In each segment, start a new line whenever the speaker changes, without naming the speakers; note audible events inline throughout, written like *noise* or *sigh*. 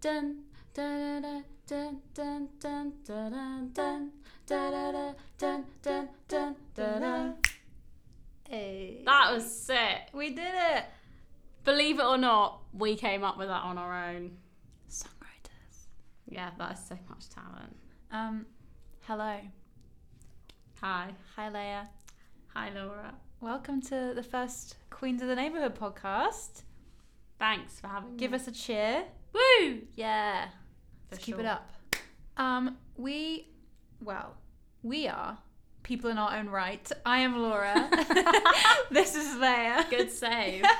dun dun dun dun dun dun dun dun dun dun dun dun dun dun.
Hey.
That was sick.
we did it.
Believe it or not, we came up with that on our own.
Songwriters.
Yeah, that is so much talent.
Um, hello.
Hi.
Hi, Leia.
Hi, Laura.
Welcome to the first Queens of the Neighborhood podcast.
Thanks for having
Give
me.
us a cheer.
Woo!
Yeah.
For
Let's keep
sure.
it up. Um, we, well, we are people in our own right. I am
*laughs*
Laura. *laughs* this is Leia.
Good save.
*laughs*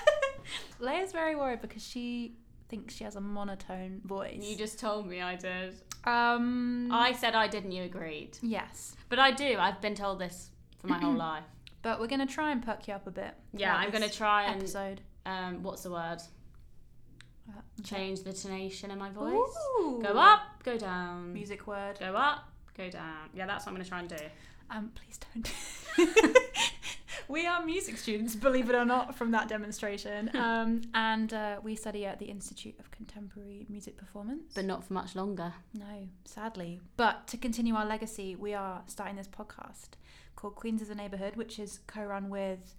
Leia's very worried because she thinks she has a monotone voice.
You just told me I did.
um,
I said I didn't, you agreed.
yes,
But I do. I've been told this for my whole life.
but we're gonna try and perk you up a bit.
Yeah,
throughout
I'm going to
this
try and,
episode.
um, what's the word?
Uh,
Change the tonation in my voice.
Ooh.
Go up, go down.
Music word.
Go up, go down. Yeah, that's what I'm going to try and do.
Um, please don't. *laughs* we are music students, believe it or not, from
*laughs*
that demonstration. Um, and uh, we study at the Institute of Contemporary Music Performance.
But not for much longer.
no, sadly. But to continue our legacy, we are starting this podcast called Queens of the Neighborhood, which is co-run with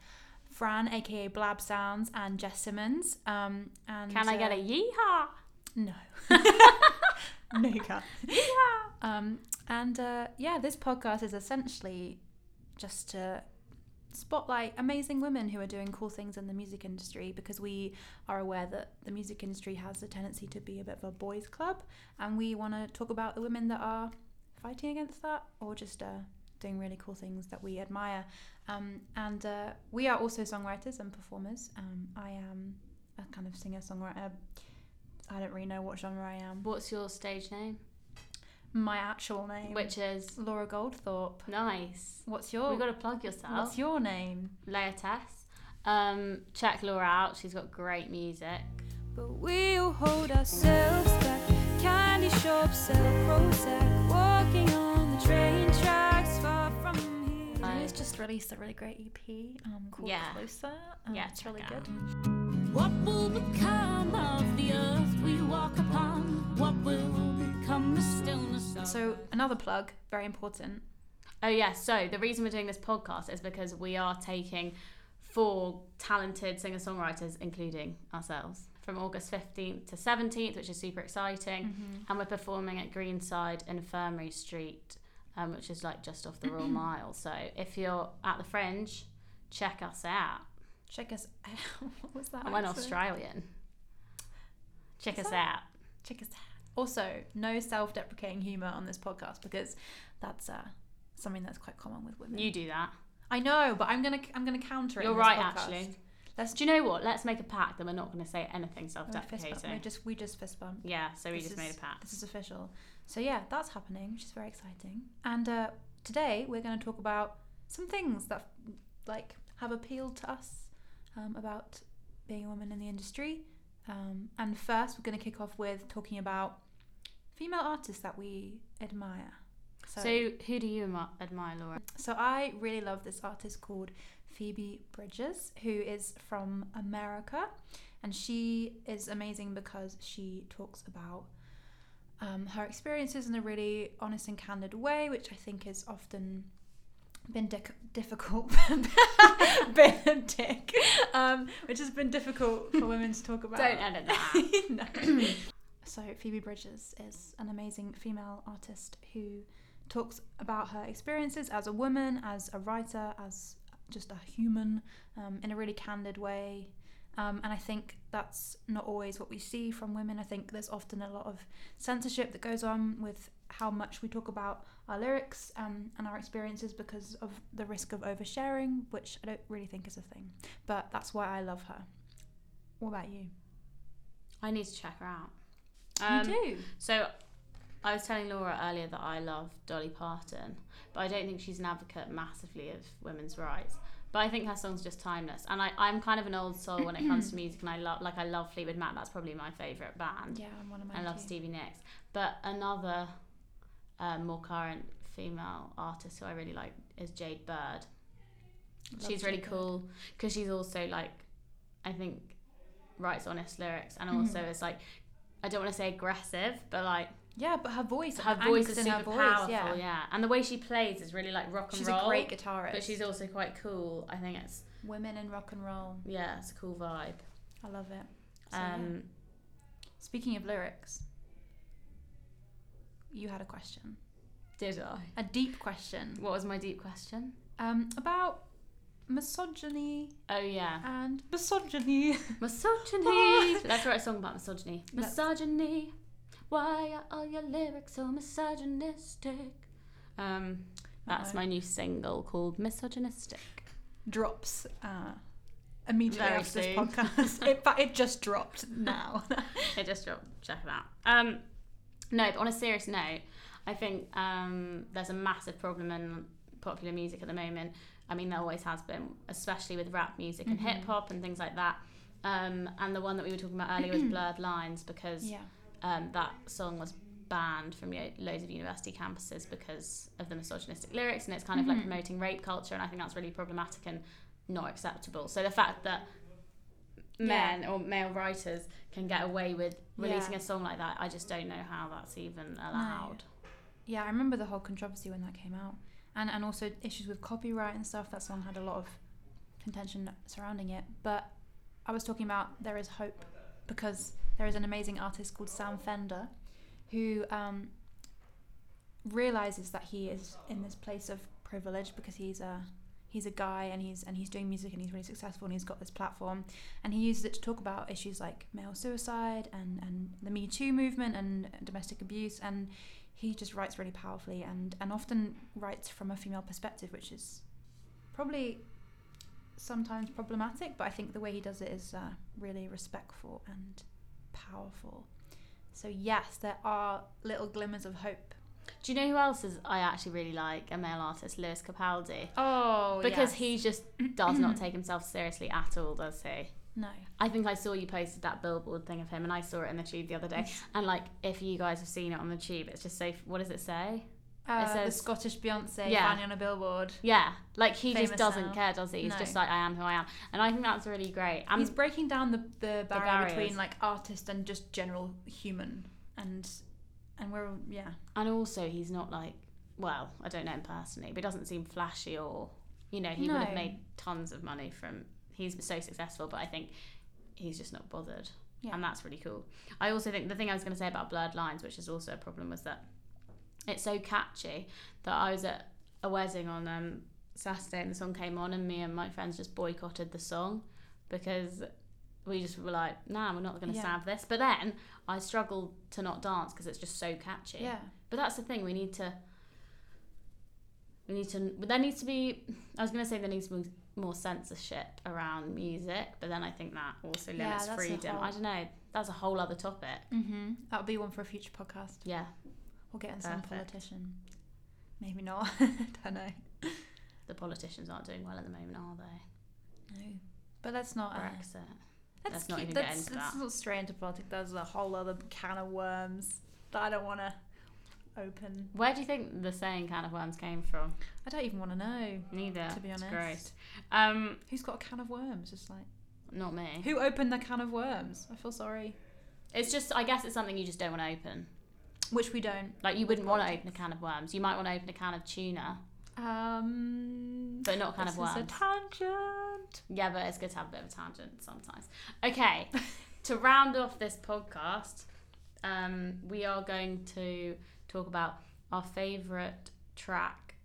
Fran, aka Blab Sounds, and Jess Simmons. Um, and
Can I get a
uh,
yeehaw?
No.
*laughs*
no, you can't. Um, and uh, yeah, this podcast is essentially just to spotlight amazing women who are doing cool things in the music industry because we are aware that the music industry has a tendency to be a bit of a boys' club, and we want to talk about the women that are fighting against that or just uh, doing really cool things that we admire. Um, and uh, we are also songwriters and performers. Um, I am a kind of singer songwriter. I don't really know what genre I am.
What's your stage name?
My actual name,
Which is
Laura Goldthorpe.
nice.
What's
we
your
have got to plug yourself.
What's your name?
Leia Tess. Um, check Laura out. She's got great music.
But we'll hold ourselves back. Candy shops sell Prozac. Walking on the train tracks far from here.
Hi.
Lou's just released a really great EP um, called
Yeah.
Closer. Um,
Yeah,
it's
check
really
it
good.
out.
What will become of the earth we walk upon? What will become the stillness of
So another plug, very important.
Oh yeah, so the reason we're doing this podcast is because we are taking four talented singer-songwriters, including ourselves, from August 15th to 17th, which is super exciting. And we're performing at Greenside Infirmary Street, um, which is like just off the
Mm-hmm.
Royal Mile. So if you're at the Fringe, check us out.
Check us *laughs* out. what was that?
I went
accent?
Australian. Check
Oh, Is
us
that-
out.
Check us out. Also, no self-deprecating humor on this podcast because that's uh, something that's quite common with women.
You do that. I
I know, but I'm gonna I'm gonna counter it.
You're
in this
right,
podcast.
actually.
Let's
Do you know what? Let's make a pact that we're not going to say anything
Oh, we fist bump. We
self-deprecating.
just we just fist bump.
Yeah, so we
This
just
is-
made a pact.
This is official. So yeah, that's happening, which is very exciting. And uh, today we're going to talk about some things that like have appealed to us um, about being a woman in the industry. Um, and first, we're going to kick off with talking about female artists that we admire. So, so,
So, who do you admi- admire, Laura?
I really love this artist called Phoebe Bridges, who is from America, and she is amazing because she talks about um, her experiences in a really honest and candid way, which I think is often been dic- difficult, *laughs* been a dick, um, which has been difficult for women to talk about.
Don't edit
*laughs*
that.
No. so Phoebe Bridges is an amazing female artist who talks about her experiences as a woman, as a writer, as just a human, um, in a really candid way. Um, and I think that's not always what we see from women. I think there's often a lot of censorship that goes on with how much we talk about our lyrics um, and our experiences because of the risk of oversharing, which I don't really think is a thing. But that's why I love her. What about you?
I need to check her out. Um,
do.
So, I was telling Laura earlier that I love Dolly Parton, but I don't think she's an advocate massively of women's rights. But I think her song's just timeless, and I, I'm kind of an old soul when it comes to music, and I love like I love Fleetwood Mac. That's probably my favourite band.
Yeah, I'm one of my.
I love Stevie Nicks. But another um, more current female artist who I really like is Jade Bird. she's really cool because she's also like, I think, writes honest lyrics and also is like I don't want to say aggressive, but like
Yeah, but her voice,
her
the
voice
angst
is
in
super
her voice,
powerful. Yeah.
yeah.
and the way she plays is really like rock and
She's
roll.
a great guitarist.
but she's also quite cool. I think it's
women in rock and roll.
yeah, it's a cool vibe.
I love it. So, yeah.
Um,
Speaking of lyrics, you had a question,
did I?
a deep question,
What was my deep question?
um, about misogyny
Oh yeah,
and misogyny. *laughs*
misogyny. Let's write a song about misogyny.
Let's-
Misogyny. Why are all your lyrics so misogynistic? Um, that's
Uh-oh.
my new single called Misogynistic.
Drops uh, immediately
Very
after this
soon.
podcast. it, but it just dropped
*laughs*
now.
it just dropped. Check it out. Um, no, but on a serious note, I think um, there's a massive problem in popular music at the moment. I mean, there always has been, especially with rap music and
Mhm.
hip hop and things like that. Um, and the one that we were talking about earlier was Blurred Lines because
yeah.
um, that song was banned from yo- loads of university campuses because of the misogynistic lyrics and it's kind of
Mhm.
like promoting rape culture and I think that's really problematic and not acceptable. So the fact that men or male writers can get away with releasing
Yeah.
a song like that, I just don't know how that's even allowed.
Yeah, I remember the whole controversy when that came out, and and also issues with copyright and stuff. That song had a lot of contention surrounding it. But I was talking about there is hope because there is an amazing artist called Sam Fender, who um, realizes that he is in this place of privilege because he's a he's a guy and he's and he's doing music and he's really successful and he's got this platform and he uses it to talk about issues like male suicide and and the Me Too movement and domestic abuse and he just writes really powerfully and and often writes from a female perspective which is probably sometimes problematic but i think the way he does it is uh, really respectful and powerful so yes there are little glimmers of hope
Do you know who else is I actually really like a male artist, Lewis Capaldi,
oh
because he
*clears throat*
just does not take himself seriously at all, does he?
no
I think I saw you posted that billboard thing of him, and I saw it in the tube the other
*laughs*
day. And like, if you guys have seen it on the tube, it's just so. What does it say?
uh, the
says-
scottish beyonce
Yeah.
finally on a billboard
Yeah, like he
Famous
just doesn't
now.
care, does he? He's
No.
just like, I am who I am, and I think that's really great. i
he's breaking down the, the barrier
barriers.
between like artist and just general human and and we're all- yeah
and also he's not like, well, I don't know him personally, but he doesn't seem flashy or, you know, he would
No.
have made tons of money from. He's so successful, but I think he's just not bothered,
Yeah.
and that's really cool. I also think the thing I was going to say about blurred lines, which is also a problem, was that it's so catchy that I was at a wedding on um, Saturday and the song came on, and me and my friends just boycotted the song because we just were like, nah, we're not going to
Yeah.
stab this. But then I struggled to not dance because it's just so catchy.
yeah
But that's the thing, we need to. We need to. But there needs to be. I was going to say there needs to be more censorship around music, but then I think that also
Yeah,
limits
that's a
freedom.
whole-
I don't know. That's a whole other topic.
mm-hmm. that'll be one for a future podcast
Yeah.
We'll get in some
Perfect.
politician. Maybe not. *laughs* Don't know.
The politicians aren't doing well at the moment, are they?
No. But let's not. Uh,
Brexit.
let's
Let's not
keep,
even get
let's,
into
let's
that.
not stray into politics. There's a whole other can of worms that I don't want to open.
Where do you think the saying "can of worms" came from?
I don't even want to know.
Neither.
To be
It's
honest.
great. Um,
Who's got a can of worms? Just like
not me.
who opened the can of worms? I feel sorry.
It's just, I guess, it's something you just don't want to open.
Which we don't.
Like you
With
wouldn't want to
politics.
open a can of worms. You might want to open a can of tuna,
Um.
but not a can
this
of worms.
Is a tangent.
yeah, but it's good to have a bit of a tangent sometimes. Okay,
*laughs*
to round off this podcast, um, we are going to talk about our favorite track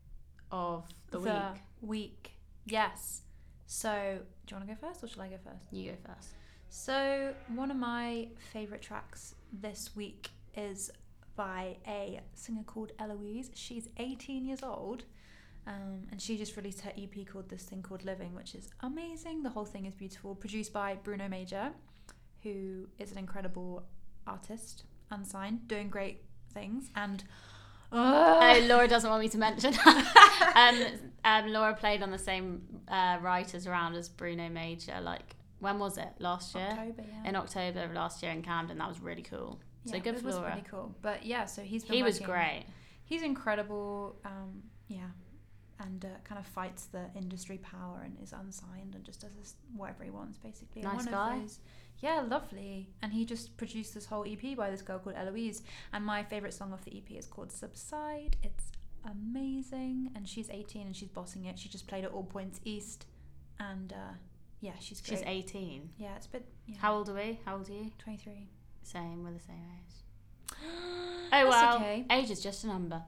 of the, week.
Week. Yes. So, do you want to go first, or shall I go first?
You go
*laughs*
first.
So, one of my favourite tracks this week is by a singer called Eloise. She's 18 years old um, and she just released her EP called This Thing Called Living, which is amazing. The whole thing is beautiful. Produced by Bruno Major, who is an incredible artist, unsigned, doing great things. And uh,
Oh, Laura doesn't want me to mention.
*laughs*
um, um, Laura played on the same uh, writers round as Bruno Major. Like when was it? Last year
October, yeah.
in October of last year in Camden. That was really cool. so
Yeah,
good
it
for
was
Laura.
pretty cool. But yeah, so he's been
He was
working-
great.
He's incredible. Um, yeah, and uh, kind of fights the industry power and is unsigned and just does this, whatever he wants basically. And
Nice
one of
guy.
those- yeah, lovely. And he just produced this whole EP by this girl called Eloise. And my favorite song off the EP is called Subside. It's amazing. And she's 18 and she's bossing it. She just played at All Points East, and uh, yeah, she's great.
She's 18.
Yeah, it's a bit. Yeah,
How old are we? How old are you?
23.
Same, we're the same age.
That's
Oh well,
okay.
age is just a number.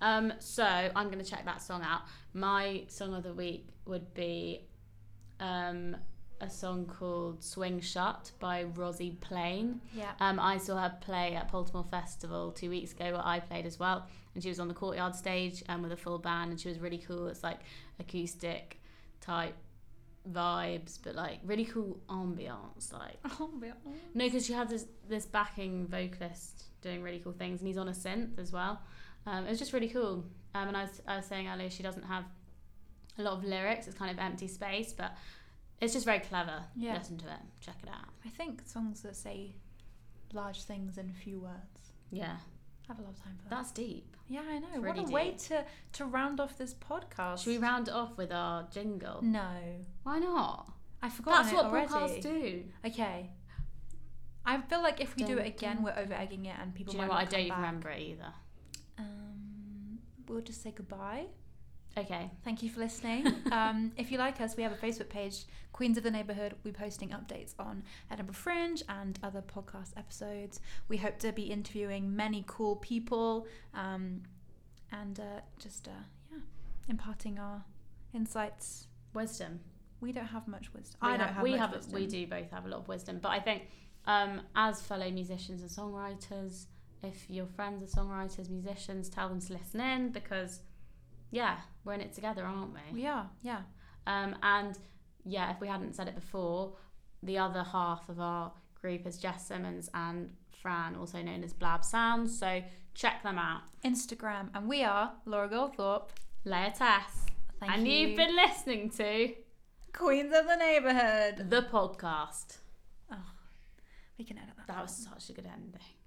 Um, so I'm gonna check that song out. My song of the week would be um, a song called "Swing Shut" by Rosie Plain.
Yeah.
Um, I saw her play at Baltimore Festival two weeks ago, where I played as well, and she was on the courtyard stage um, with a full band, and she was really cool. It's like acoustic type vibes, but like really cool ambiance. Like
*laughs* Oh, well.
no, because she had this this backing vocalist doing really cool things, and he's on a synth as well. Um, it was just really cool. Um, and I was I was saying earlier, she doesn't have a lot of lyrics. It's kind of empty space, but it's just very clever.
Yeah.
Listen to it. Check it out.
I think songs that say large things in few words.
Yeah,
I have a lot of time for that.
that's deep.
yeah, I know.
it's
What a
really
way
deep.
to, to round off this podcast.
Should we round it off with our jingle?
No.
Why not?
I forgot
That's
it
what
already.
podcasts do.
Okay. I feel like if we do
Dun,
it again,
dun,
we're over egging it and people
Do you know
might
what? I
not
don't even
come back.
remember it either.
Um, we'll just say goodbye.
Okay.
Thank you
*laughs*
for listening. um, if you like us, we have a Facebook page, Queens of the Neighbourhood. We're posting updates on Edinburgh Fringe and other podcast episodes. We hope to be interviewing many cool people um, and uh, just, uh, yeah, imparting our insights.
Wisdom.
We don't have much wisdom.
We
I don't
have-
have
we
much
have
wisdom.
we do both have a lot of wisdom. But I think um, as fellow musicians and songwriters, if your friends are songwriters, musicians, tell them to listen in because yeah, we're in it together, aren't we?
We are, yeah.
Um, and yeah, if we hadn't said it before, the other half of our group is Jess Simmons and Fran, also known as Blab Sounds. So check them out.
Instagram. And we are Laura Goldthorpe.
Leia Tess.
Thank
and
you.
have been listening to
Queens of the Neighbourhood.
The Podcast.
We can edit that.
That
out.
was such a good ending.